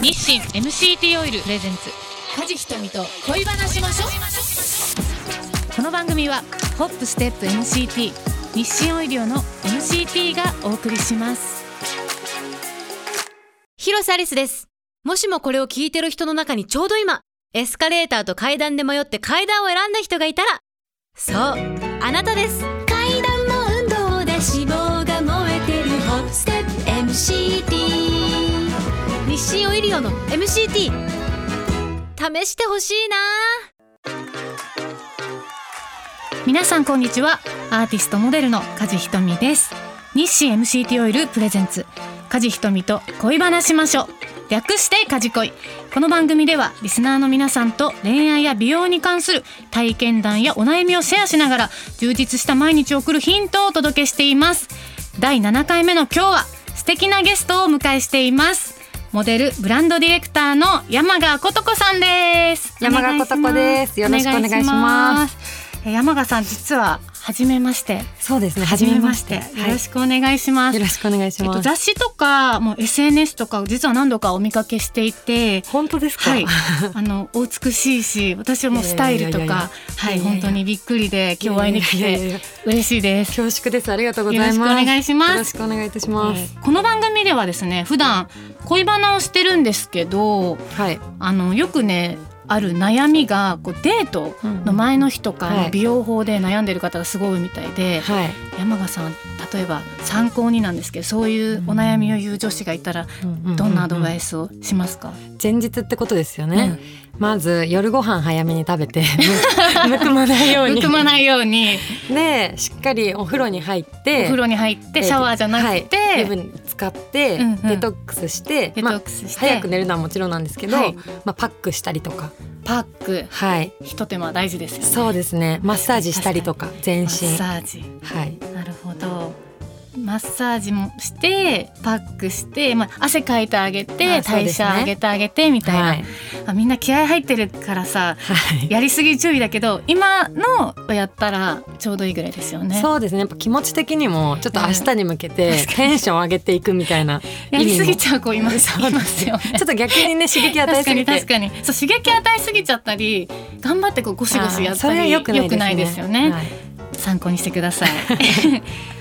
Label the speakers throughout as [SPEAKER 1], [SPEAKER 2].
[SPEAKER 1] 日清 MCT オイルプレゼンツ
[SPEAKER 2] カジキとみと恋話しましょ
[SPEAKER 1] この番組はホップステップ MCT 日清オイリオの MCT がお送りします
[SPEAKER 3] 広瀬アリスです。もしもこれを聞いてる人の中にちょうど今、エスカレーターと階段で迷って階段を選んだ人がいたら、そう、あなたです。階段の運動で脂肪が燃えてるホップステップ MCT。日清オイリオの MCT。試してほしいな
[SPEAKER 1] 皆さんこんにちはアーティストモデルの梶ひとみです日清 MCT オイルプレゼンツ梶ひとみと恋話しましょう略して梶恋この番組ではリスナーの皆さんと恋愛や美容に関する体験談やお悩みをシェアしながら充実した毎日を送るヒントをお届けしています第7回目の今日は素敵なゲストをお迎えしていますモデルブランドディレクターの山賀琴子さんです
[SPEAKER 4] 山賀琴子ですよろしくお願いします
[SPEAKER 1] えー山賀さん実は初めまして
[SPEAKER 4] そうですね。
[SPEAKER 1] 初めまして
[SPEAKER 4] は
[SPEAKER 1] よ
[SPEAKER 4] い。
[SPEAKER 1] ろ
[SPEAKER 4] よ
[SPEAKER 1] しくお願いします、
[SPEAKER 4] ろしくお願いし
[SPEAKER 1] えっ
[SPEAKER 4] ま
[SPEAKER 1] と、
[SPEAKER 4] す。
[SPEAKER 1] 雑誌とかもう SNS とかを実は何度かお見かけしていて
[SPEAKER 4] 本当ですか。
[SPEAKER 1] はいあのお美しいし私はもうスタイルと
[SPEAKER 4] いやいやい
[SPEAKER 1] かはいい
[SPEAKER 4] やいや
[SPEAKER 1] 本当にびっくりで今日お会いでき
[SPEAKER 4] いやいやい
[SPEAKER 1] て
[SPEAKER 4] やいや
[SPEAKER 1] 嬉しいです
[SPEAKER 4] 恐縮です。ありがとうございます。
[SPEAKER 1] よろしくお願いします
[SPEAKER 4] よろしくお願いいたしま
[SPEAKER 1] え
[SPEAKER 4] す。
[SPEAKER 1] ーこの番組ではですね普段恋バナをしてるんですけど
[SPEAKER 4] はい。
[SPEAKER 1] あのよくねある悩みがこうデートの前の日とか、
[SPEAKER 4] うんはい
[SPEAKER 1] 美容法で悩んでる方がすごい多いみたいで、
[SPEAKER 4] はい。
[SPEAKER 1] 山賀さん例えば参考になんですけどそういうお悩みを言う女子がいたらどんなアドバイ
[SPEAKER 4] ス？
[SPEAKER 1] スをしますか、
[SPEAKER 4] 前日ってことですよね。まず夜ご飯早めに食 べてむくまないよう
[SPEAKER 1] む
[SPEAKER 4] に
[SPEAKER 1] く。まないように
[SPEAKER 4] でしっかりお風呂に入って。
[SPEAKER 1] お風呂に入ってシャワーじゃなくて、
[SPEAKER 4] はい水分使って
[SPEAKER 1] うんうん
[SPEAKER 4] デトックスして、
[SPEAKER 1] デトックスして、
[SPEAKER 4] まあ早く寝るのはもちろんなんですけど、
[SPEAKER 1] はい
[SPEAKER 4] まあパックしたりとか。
[SPEAKER 1] パック
[SPEAKER 4] はい。
[SPEAKER 1] ひと手間大事ですよね
[SPEAKER 4] そうですね。マッサージしたりとか全
[SPEAKER 1] マ
[SPEAKER 4] 身。
[SPEAKER 1] ッサージ
[SPEAKER 4] はい。
[SPEAKER 1] なるほどマッサージもしてパックして、まあ、汗かいてあげて、
[SPEAKER 4] あそう
[SPEAKER 1] 代
[SPEAKER 4] ですね
[SPEAKER 1] 謝上げてあげてみたいな、
[SPEAKER 4] はい。
[SPEAKER 1] あみんな気合入ってるからさ
[SPEAKER 4] はい。
[SPEAKER 1] やりすぎ注意だけど今のをやったらちょうどいいぐらいですよね。
[SPEAKER 4] そうですねやっぱ気持ち的にもちょっと明日に向けてテンション上げていくみたいな
[SPEAKER 1] やりすぎちゃう子い ますいますよね。
[SPEAKER 4] ちょっと逆にね刺激与
[SPEAKER 1] 確
[SPEAKER 4] えす
[SPEAKER 1] か
[SPEAKER 4] ぎ
[SPEAKER 1] に確
[SPEAKER 4] て
[SPEAKER 1] かにそう刺激与えすぎちゃったり頑張ってこうゴシゴシや
[SPEAKER 4] あ
[SPEAKER 1] っ
[SPEAKER 4] ーそ
[SPEAKER 1] た
[SPEAKER 4] れは
[SPEAKER 1] り
[SPEAKER 4] 良くないですね
[SPEAKER 1] よね、
[SPEAKER 4] はい
[SPEAKER 1] 参考にしてくだ さい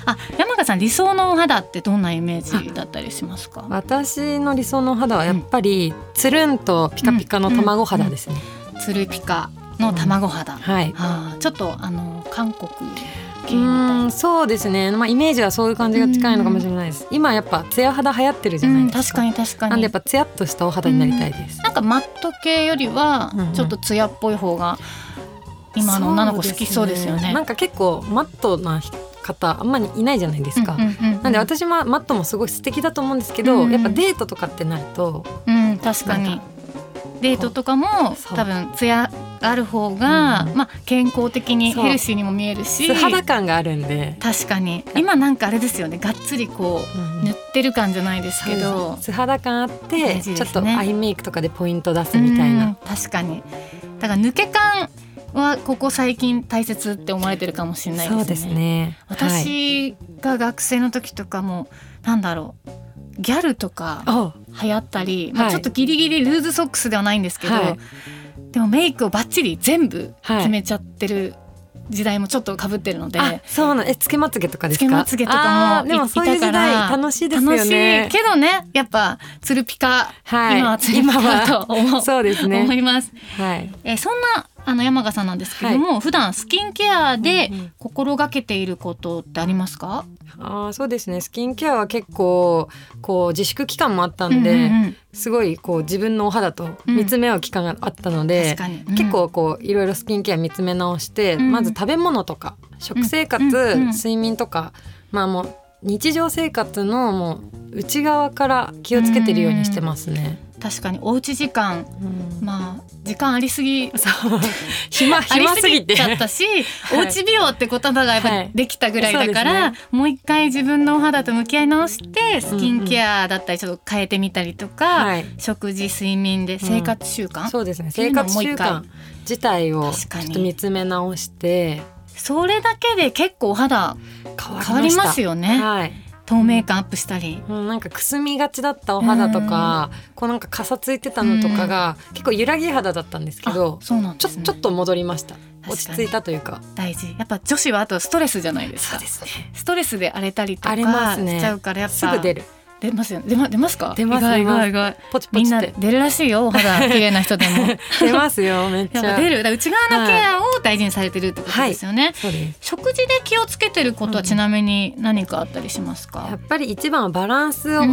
[SPEAKER 1] あ山川さん理想のお肌ってどんなイメージだったりしますか
[SPEAKER 4] 私の理想のお肌はやっぱりつるんとピカピカの卵肌ですね、
[SPEAKER 1] つるピカの卵肌、あ
[SPEAKER 4] はい
[SPEAKER 1] あちょっとあの韓国
[SPEAKER 4] う
[SPEAKER 1] 系みたい
[SPEAKER 4] ーんそうですねまあイメージはそういう感じが近いのかもしれないです今やっぱツヤ肌流行ってるじゃ
[SPEAKER 1] な、う
[SPEAKER 4] ない
[SPEAKER 1] ん、
[SPEAKER 4] で
[SPEAKER 1] 確
[SPEAKER 4] すか,、
[SPEAKER 1] かに確か
[SPEAKER 4] なん
[SPEAKER 1] に
[SPEAKER 4] でやっぱツヤっとしたお肌になりたいです、
[SPEAKER 1] なんかマット系よりは
[SPEAKER 4] うんうん
[SPEAKER 1] ちょっとツヤっぽい方が今の女の子好きそうですよね。
[SPEAKER 4] なんか結構マットな方あんまりいないじゃないですか、
[SPEAKER 1] うんうんうんうん
[SPEAKER 4] なんで私もマットもすごい素敵だと思うんですけど、
[SPEAKER 1] うん
[SPEAKER 4] やっぱデートとかってなると、
[SPEAKER 1] うん確か
[SPEAKER 4] なん
[SPEAKER 1] に
[SPEAKER 4] か
[SPEAKER 1] デートとかも
[SPEAKER 4] そう
[SPEAKER 1] 多分ツヤがある方が、
[SPEAKER 4] うん
[SPEAKER 1] まあ、健康的に
[SPEAKER 4] そう
[SPEAKER 1] ヘルシーにも見えるし
[SPEAKER 4] 素肌感があるんで、
[SPEAKER 1] 確かに今なんかあれですよねがっつりこう塗
[SPEAKER 4] ね
[SPEAKER 1] ってる感じゃないですけど
[SPEAKER 4] 素肌感あって、
[SPEAKER 1] 大事です
[SPEAKER 4] ち
[SPEAKER 1] ね
[SPEAKER 4] ょっとアイメイクとかでポイント出すみたいな、
[SPEAKER 1] うん確かにだから抜け感はここ最近大切って思われてるかもしれないです
[SPEAKER 4] そ
[SPEAKER 1] ね。
[SPEAKER 4] うですねはい
[SPEAKER 1] 私が学生の時とかもなんだろうギャルとか
[SPEAKER 4] お
[SPEAKER 1] 流行ったり、まあ、
[SPEAKER 4] はい
[SPEAKER 1] ちょっとギリギリルーズソックスではないんですけど、
[SPEAKER 4] はい
[SPEAKER 1] でもメイクをバッチリ全部
[SPEAKER 4] はい
[SPEAKER 1] 決めちゃってる時代もちょっとかぶってるので、
[SPEAKER 4] あそうなんえつけまつげとかですか
[SPEAKER 1] つけまつげとかも
[SPEAKER 4] あーでもそういう
[SPEAKER 1] いた
[SPEAKER 4] 時
[SPEAKER 1] から
[SPEAKER 4] 代楽しいですよ
[SPEAKER 1] 楽しい
[SPEAKER 4] ね
[SPEAKER 1] けどねやっぱつるピカ、
[SPEAKER 4] はい
[SPEAKER 1] 今はつるピ
[SPEAKER 4] 今
[SPEAKER 1] カ
[SPEAKER 4] は
[SPEAKER 1] と思う
[SPEAKER 4] そうです
[SPEAKER 1] 思
[SPEAKER 4] ね
[SPEAKER 1] います、
[SPEAKER 4] はい
[SPEAKER 1] えーそんなあの山賀さんなんですけども、普段スキンケアで
[SPEAKER 4] うんうん
[SPEAKER 1] 心がけていることってありますか、
[SPEAKER 4] あーそうですねスキンケアは結構こう自粛期間もあったんで、
[SPEAKER 1] うんうんうん
[SPEAKER 4] すごいこう自分のお肌と見つめ合う期間があったので、
[SPEAKER 1] 確かに、うん
[SPEAKER 4] 結構こういろいろスキンケア見つめ直して、
[SPEAKER 1] うん
[SPEAKER 4] まず食べ物とか食生活、
[SPEAKER 1] うんうん
[SPEAKER 4] 睡眠とかまあもう日常生活のもう内側から気をつけてるようにしてますね。
[SPEAKER 1] 確かにおうち時間
[SPEAKER 4] うん
[SPEAKER 1] まあ時間ありすぎ
[SPEAKER 4] そう 暇
[SPEAKER 1] あり
[SPEAKER 4] 暇すぎて
[SPEAKER 1] ちゃったし、 おうち美容って言葉がやっぱ
[SPEAKER 4] はい
[SPEAKER 1] りできたぐらいだから、
[SPEAKER 4] そう
[SPEAKER 1] もう一回自分のお肌と向き合い直してスキンケアだったりちょっと変えてみたりとか、
[SPEAKER 4] はい、
[SPEAKER 1] 食事睡眠で生活習慣、そ
[SPEAKER 4] そうですね
[SPEAKER 1] っていうの
[SPEAKER 4] 生
[SPEAKER 1] を
[SPEAKER 4] 活
[SPEAKER 1] もう一
[SPEAKER 4] 習
[SPEAKER 1] 回
[SPEAKER 4] 慣自体を
[SPEAKER 1] 確か
[SPEAKER 4] ち
[SPEAKER 1] に
[SPEAKER 4] ょっと見つめ直して
[SPEAKER 1] れだけで結構お肌
[SPEAKER 4] 変わりました
[SPEAKER 1] 変わりますよね。
[SPEAKER 4] はい、
[SPEAKER 1] 透明感アップしたり
[SPEAKER 4] うんなんかくすみがちだったお肌とか、こうなんかかさついてたのとかが、結構揺らぎ肌だったんですけど、
[SPEAKER 1] そうなん
[SPEAKER 4] ち
[SPEAKER 1] で
[SPEAKER 4] ょ
[SPEAKER 1] すね
[SPEAKER 4] ちょっと戻りました
[SPEAKER 1] かに
[SPEAKER 4] 落ち着いたというか
[SPEAKER 1] 大事やっぱ女子はあとストレスじゃないですか
[SPEAKER 4] す ね
[SPEAKER 1] ストレスで荒れたりとか
[SPEAKER 4] 荒れますね
[SPEAKER 1] しちゃうからやっぱ
[SPEAKER 4] すぐ出る
[SPEAKER 1] 出ますよね出ま出ますか
[SPEAKER 4] 出ます
[SPEAKER 1] 意外意外
[SPEAKER 4] 出
[SPEAKER 1] 意外
[SPEAKER 4] ポチポ
[SPEAKER 1] みん
[SPEAKER 4] チっ
[SPEAKER 1] な
[SPEAKER 4] て
[SPEAKER 1] 出るらしいよお肌綺麗な人でも やっ
[SPEAKER 4] 出ますよめっち
[SPEAKER 1] ぱ
[SPEAKER 4] ゃ
[SPEAKER 1] 出るだから内側のケアを大事にされてるってことですよね、
[SPEAKER 4] そうです
[SPEAKER 1] 食事で気をつけてることはちなみに何かあったりします
[SPEAKER 4] やっ
[SPEAKER 1] か、
[SPEAKER 4] ぱり一番はバランスを考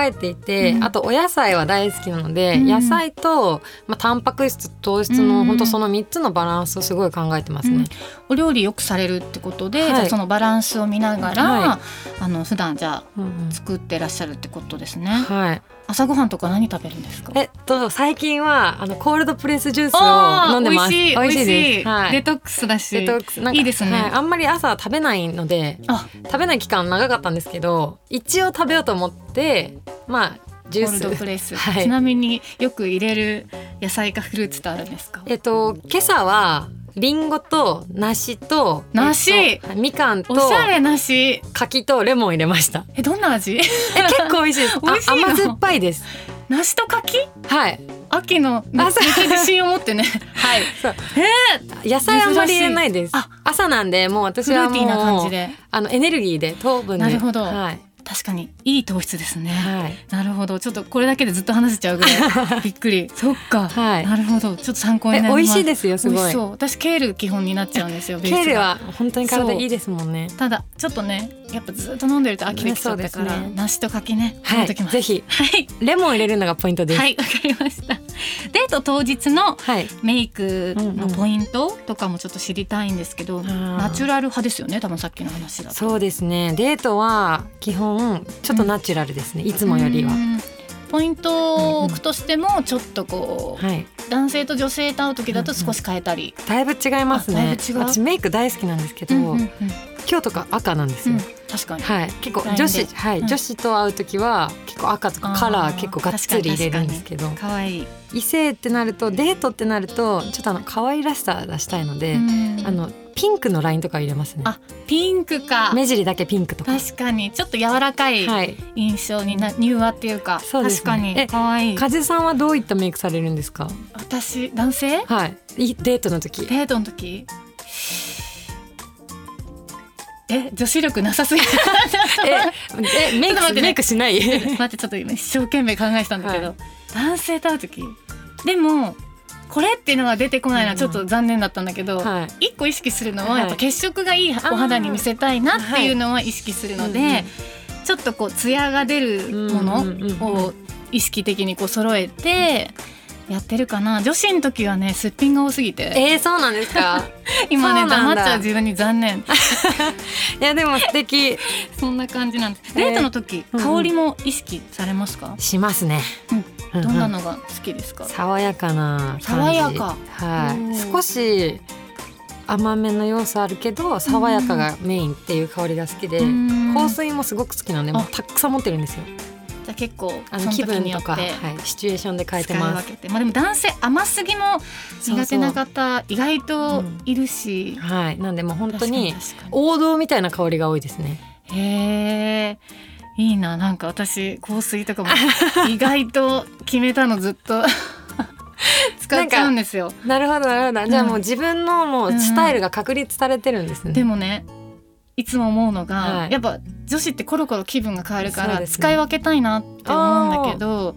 [SPEAKER 4] えていて、
[SPEAKER 1] うん
[SPEAKER 4] あとお野菜は大好きなので、
[SPEAKER 1] うん
[SPEAKER 4] 野菜と、まあ、タンパク質糖質
[SPEAKER 1] う
[SPEAKER 4] の、
[SPEAKER 1] ん
[SPEAKER 4] 本当その3つのバランスをすごい考えてますね、
[SPEAKER 1] うんお料理よくされるってことで、
[SPEAKER 4] はい
[SPEAKER 1] じゃあそのバランスを見ながら、
[SPEAKER 4] は
[SPEAKER 1] あの普段じゃ
[SPEAKER 4] うんうん
[SPEAKER 1] あ作ってらっしゃるってことですね、
[SPEAKER 4] はい、
[SPEAKER 1] 朝ごはんとか何食べるんですか
[SPEAKER 4] えっと最近はあのコールドプレスジュース
[SPEAKER 1] あー
[SPEAKER 4] を飲んでます
[SPEAKER 1] 美味しい美味しい
[SPEAKER 4] です、はい、
[SPEAKER 1] デトックスだし
[SPEAKER 4] デトックスなんか
[SPEAKER 1] いいですね
[SPEAKER 4] はいあんまり朝食べないので
[SPEAKER 1] あ
[SPEAKER 4] 食べない期間長かったんですけど一応食べようと思ってまあジュ
[SPEAKER 1] コールド
[SPEAKER 4] ー
[SPEAKER 1] プ
[SPEAKER 4] ス
[SPEAKER 1] レス、
[SPEAKER 4] はい
[SPEAKER 1] ちなみによく入れる野菜かフルーツとあるんですか
[SPEAKER 4] えっと今朝はリンゴと梨と
[SPEAKER 1] 梨
[SPEAKER 4] えっとみかんと
[SPEAKER 1] おしゃれなし
[SPEAKER 4] 柿とレモン入れ ました
[SPEAKER 1] えどんな味
[SPEAKER 4] え結構美味しいですあ
[SPEAKER 1] 美味しいの
[SPEAKER 4] 甘酸っぱいです
[SPEAKER 1] 梨と柿
[SPEAKER 4] はい
[SPEAKER 1] 秋のめめっ
[SPEAKER 4] あ
[SPEAKER 1] ち
[SPEAKER 4] そう
[SPEAKER 1] ゃ自信を持ってね
[SPEAKER 4] はい野菜 あんまり入れないです
[SPEAKER 1] 珍しい
[SPEAKER 4] 朝なんでもう私
[SPEAKER 1] フル
[SPEAKER 4] は
[SPEAKER 1] ー
[SPEAKER 4] もう
[SPEAKER 1] ティーな感じで
[SPEAKER 4] あのエネルギーで糖分で
[SPEAKER 1] なるほど
[SPEAKER 4] はい
[SPEAKER 1] 確かにいい糖質ですね、
[SPEAKER 4] はい
[SPEAKER 1] なるほどちょっとこれだけでずっと話せちゃうぐ らいびっくりそっか、
[SPEAKER 4] はい
[SPEAKER 1] なるほどちょっと参考に
[SPEAKER 4] え
[SPEAKER 1] な
[SPEAKER 4] 美
[SPEAKER 1] ります
[SPEAKER 4] 味しいですよす
[SPEAKER 1] 美
[SPEAKER 4] ご
[SPEAKER 1] 味し
[SPEAKER 4] い
[SPEAKER 1] そう私ケール基本になっちゃうんですよベー
[SPEAKER 4] ケ
[SPEAKER 1] スが
[SPEAKER 4] ールは本当に体いいですもんね
[SPEAKER 1] ただちょっとねやっぱずっと飲んでると飽きてきちゃったか
[SPEAKER 4] ねそ
[SPEAKER 1] ら、
[SPEAKER 4] うですね
[SPEAKER 1] 梨と柿ね
[SPEAKER 4] は
[SPEAKER 1] 食べ
[SPEAKER 4] い
[SPEAKER 1] ときます、
[SPEAKER 4] ぜひ
[SPEAKER 1] はい
[SPEAKER 4] レモン入れるのがポイントです
[SPEAKER 1] はいわかりましたデート当日の
[SPEAKER 4] はい
[SPEAKER 1] メイクのポイントとかもちょっと知りたいんですけど、
[SPEAKER 4] ん
[SPEAKER 1] ナチュラル派ですよね多分さっきの話だと
[SPEAKER 4] そうですねデートは基本ちょっとナチュラルですねいつもよりは
[SPEAKER 1] うんポイントを置くとしてもちょっとこう、
[SPEAKER 4] はい
[SPEAKER 1] 男性と女性と会う時だと少し変えたり、
[SPEAKER 4] だいぶ違います
[SPEAKER 1] あだい
[SPEAKER 4] ね
[SPEAKER 1] ぶ違う
[SPEAKER 4] 私メイク大好きなんですけど
[SPEAKER 1] うんうんうん
[SPEAKER 4] 今日とか赤なんです
[SPEAKER 1] う
[SPEAKER 4] よ
[SPEAKER 1] ん確かに、
[SPEAKER 4] はい結構
[SPEAKER 1] ラインで
[SPEAKER 4] 女子はい
[SPEAKER 1] うん
[SPEAKER 4] 女子と会う時は結構赤とかカラ
[SPEAKER 1] あ
[SPEAKER 4] ー
[SPEAKER 1] ー
[SPEAKER 4] 結構がっつり入れるんですけど
[SPEAKER 1] 可愛い
[SPEAKER 4] 異性ってなるとデートってなるとちょっとあの可愛らしさ出したいので
[SPEAKER 1] うん
[SPEAKER 4] あのピンクのラインとか入れますね
[SPEAKER 1] あピンクか
[SPEAKER 4] 目尻だけピンクとか
[SPEAKER 1] 確かにちょっと柔らかい
[SPEAKER 4] はい
[SPEAKER 1] 印象にな柔和っていうか
[SPEAKER 4] そうですね
[SPEAKER 1] 確かに
[SPEAKER 4] え
[SPEAKER 1] 可愛い
[SPEAKER 4] 風さんはどういったメイクされるんですか
[SPEAKER 1] 私男性
[SPEAKER 4] はいいデートの時
[SPEAKER 1] デートの時え女子力なさすぎた
[SPEAKER 4] ええメイ
[SPEAKER 1] ちょっと待って
[SPEAKER 4] ク
[SPEAKER 1] ね
[SPEAKER 4] メイクしない
[SPEAKER 1] 待ってちょっと今一生懸命考えてたんだけど、男性と会う時でもこれっていうのが出てこないのはちょっと残念だったんだけど、
[SPEAKER 4] はい
[SPEAKER 1] 一個意識するの
[SPEAKER 4] は
[SPEAKER 1] はいやっぱ血色がいいお肌に見せたいなっていうのは意識するので、
[SPEAKER 4] はい
[SPEAKER 1] ちょっとこうツヤが出るも
[SPEAKER 4] うんうんうんうん
[SPEAKER 1] のを意識的にこう揃えてやってるかな女子の時はねすっぴんが多すぎて
[SPEAKER 4] えー、そうなんで すか
[SPEAKER 1] 今ね
[SPEAKER 4] そうな
[SPEAKER 1] 黙
[SPEAKER 4] んだ
[SPEAKER 1] っちゃう自分に残念
[SPEAKER 4] いやでも素敵
[SPEAKER 1] そんな感じなんです
[SPEAKER 4] えー
[SPEAKER 1] デートの時、
[SPEAKER 4] うんうん
[SPEAKER 1] 香りも意識されますか、
[SPEAKER 4] しますね、う
[SPEAKER 1] どんなのが好きですか
[SPEAKER 4] 爽やかな感じ
[SPEAKER 1] 爽やか
[SPEAKER 4] は
[SPEAKER 1] う
[SPEAKER 4] い
[SPEAKER 1] ん
[SPEAKER 4] 少し甘めの要素あるけど爽やかがメインっていう香りが好きで、
[SPEAKER 1] うん
[SPEAKER 4] 香水もすごく好きなんでもうたくさん持ってるんですよ
[SPEAKER 1] じゃあ結構
[SPEAKER 4] あ
[SPEAKER 1] そ
[SPEAKER 4] の
[SPEAKER 1] の
[SPEAKER 4] 気
[SPEAKER 1] 時
[SPEAKER 4] 分
[SPEAKER 1] によ
[SPEAKER 4] と
[SPEAKER 1] って
[SPEAKER 4] か、はい、シチュエーションで変えて
[SPEAKER 1] 使い分
[SPEAKER 4] ます
[SPEAKER 1] けてまあでも男性甘すぎも苦手な方意外といるし、
[SPEAKER 4] はいなんでもう本当に
[SPEAKER 1] 確かに確か
[SPEAKER 4] 王道みたいな香りが多いですね
[SPEAKER 1] にへえいいななんか私香水とか も意外と決めたのずっと使っちゃうんですよ
[SPEAKER 4] なるほどなるほどじゃあもう自分のもううんスタイルが確立されてるんですね、
[SPEAKER 1] でもねいつも思うのが、
[SPEAKER 4] はい
[SPEAKER 1] やっぱ女子ってコロコロ気分が変わるか
[SPEAKER 4] そう
[SPEAKER 1] ら、
[SPEAKER 4] ですね
[SPEAKER 1] 使い分けたいなって思うんだけど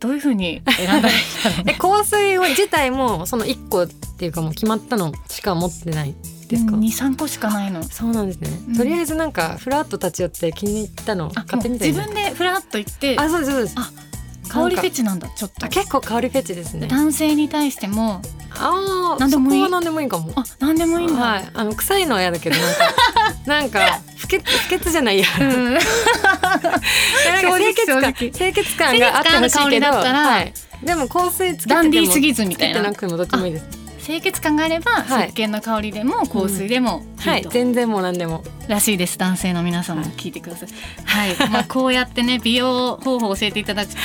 [SPEAKER 1] どういうふうに選んだらいいんだろう
[SPEAKER 4] え香水自体もその1個っていうかもう決まったのしか持って ないですか、
[SPEAKER 1] 23個しかないの。
[SPEAKER 4] そうなんですね、
[SPEAKER 1] うん
[SPEAKER 4] とりあえずなんかフラット立ち寄って気に入ったの
[SPEAKER 1] あ
[SPEAKER 4] 買って
[SPEAKER 1] もう
[SPEAKER 4] みたい
[SPEAKER 1] 自
[SPEAKER 4] な
[SPEAKER 1] 分でフラッと言って
[SPEAKER 4] あそうですそうです
[SPEAKER 1] あ香りフェチなんだちょっと
[SPEAKER 4] あ結構香りフェチですね
[SPEAKER 1] 男性に対しても
[SPEAKER 4] ああ
[SPEAKER 1] なんで
[SPEAKER 4] そ
[SPEAKER 1] も
[SPEAKER 4] こ
[SPEAKER 1] いい
[SPEAKER 4] は何でもいいかも
[SPEAKER 1] あ何でもいいんだ、
[SPEAKER 4] はいあの臭いのは嫌だけどなんかなん か不潔不潔じゃないや、
[SPEAKER 1] うん
[SPEAKER 4] なんか清潔
[SPEAKER 1] 正
[SPEAKER 4] 感
[SPEAKER 1] 直
[SPEAKER 4] 清潔感があってほしい
[SPEAKER 1] 清潔感ある香
[SPEAKER 4] け
[SPEAKER 1] り
[SPEAKER 4] ど
[SPEAKER 1] だったら
[SPEAKER 4] はい、でも香水つけてても
[SPEAKER 1] ダンディーすぎずみ
[SPEAKER 4] つ
[SPEAKER 1] た
[SPEAKER 4] け
[SPEAKER 1] い
[SPEAKER 4] て
[SPEAKER 1] な
[SPEAKER 4] なくてもどっちもいいです
[SPEAKER 1] 清潔感があれば、
[SPEAKER 4] はい
[SPEAKER 1] 石鹸の香りでも香水でもいいと、
[SPEAKER 4] はい全然もう何でも
[SPEAKER 1] らしいです男性の皆さんも聞いてくださいはい、まあこうやってね美容方法を教えていただくと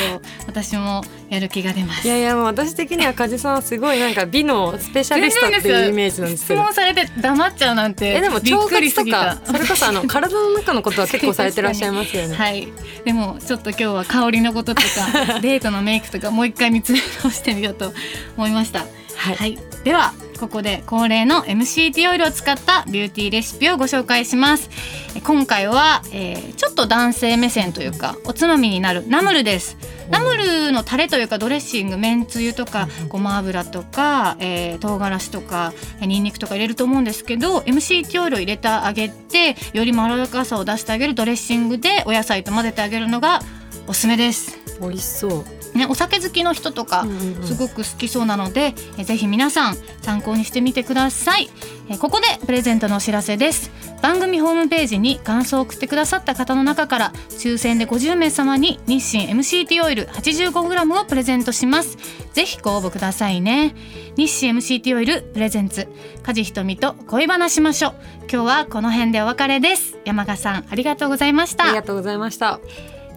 [SPEAKER 1] 私もやる気が出ます
[SPEAKER 4] いやいやもう私的には梶さんはすごいなんか美のスペシャリストっていうイメージなんです
[SPEAKER 1] 質
[SPEAKER 4] けど
[SPEAKER 1] 問されて黙っちゃうなんて
[SPEAKER 4] えでも
[SPEAKER 1] びっ
[SPEAKER 4] 腸
[SPEAKER 1] くり
[SPEAKER 4] 活
[SPEAKER 1] す
[SPEAKER 4] と
[SPEAKER 1] ぎ
[SPEAKER 4] か
[SPEAKER 1] た
[SPEAKER 4] それこそあの体の中のことは結構されてらっしゃいますよね、
[SPEAKER 1] はいでもちょっと今日は香りのこととかデートのメイクとかもう一回見つめ直してみようと思いました
[SPEAKER 4] はい
[SPEAKER 1] はい、ではここで恒例の MCT オイルを使ったビューティーレシピをご紹介しますえ今回は、えーちょっと男性目線というかおつまみになるナムルですナムルのタレというかドレッシングめんつゆとかごま油とか、えー唐辛子とかえーニンニクとか入れると思うんですけど MCT オイルを入れてあげてよりまろやかさを出してあげるドレッシングでお野菜と混ぜてあげるのがおすすめです、
[SPEAKER 4] 美味しそう、
[SPEAKER 1] ね、お酒好きの人とか、すごく好きそうなので、えぜひ皆さん参考にしてみてくださいえここでプレゼントのお知らせです番組ホームページに感想を送ってくださった方の中から抽選で50名様に日清 MCT オイル 85g をプレゼントしますぜひご応募くださいね日清 MCT オイルプレゼンツ梶ひとみと恋話しましょう今日はこの辺でお別れです山賀さんありがとうございました
[SPEAKER 4] ありがとうございました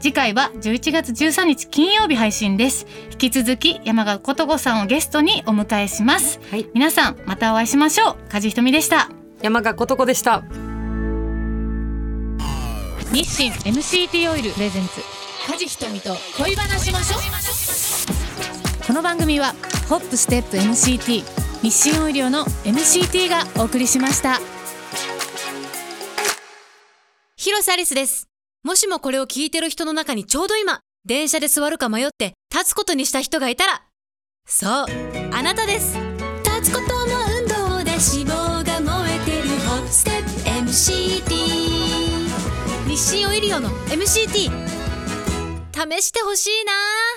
[SPEAKER 1] 次回は11月13日金曜日配信です引き続き山賀ことごさんをゲストにお迎えします、
[SPEAKER 4] はい
[SPEAKER 1] 皆さんまたお会いしましょう梶ひとみでした
[SPEAKER 4] 山賀ことこでした
[SPEAKER 1] 日清 MCT オイルプレゼンツ
[SPEAKER 2] 梶ひとみと恋話しましょ
[SPEAKER 1] この番組はホップステップ MCT 日清オイリオの MCT がお送りしました
[SPEAKER 3] 広瀬アリスです。もしもこれを聞いてる人の中にちょうど今、電車で座るか迷って立つことにした人がいたら、そう、あなたです。立つことも運動だ脂肪が燃えてるホップステップ MCT 日清オイリオの MCT 試してほしいなー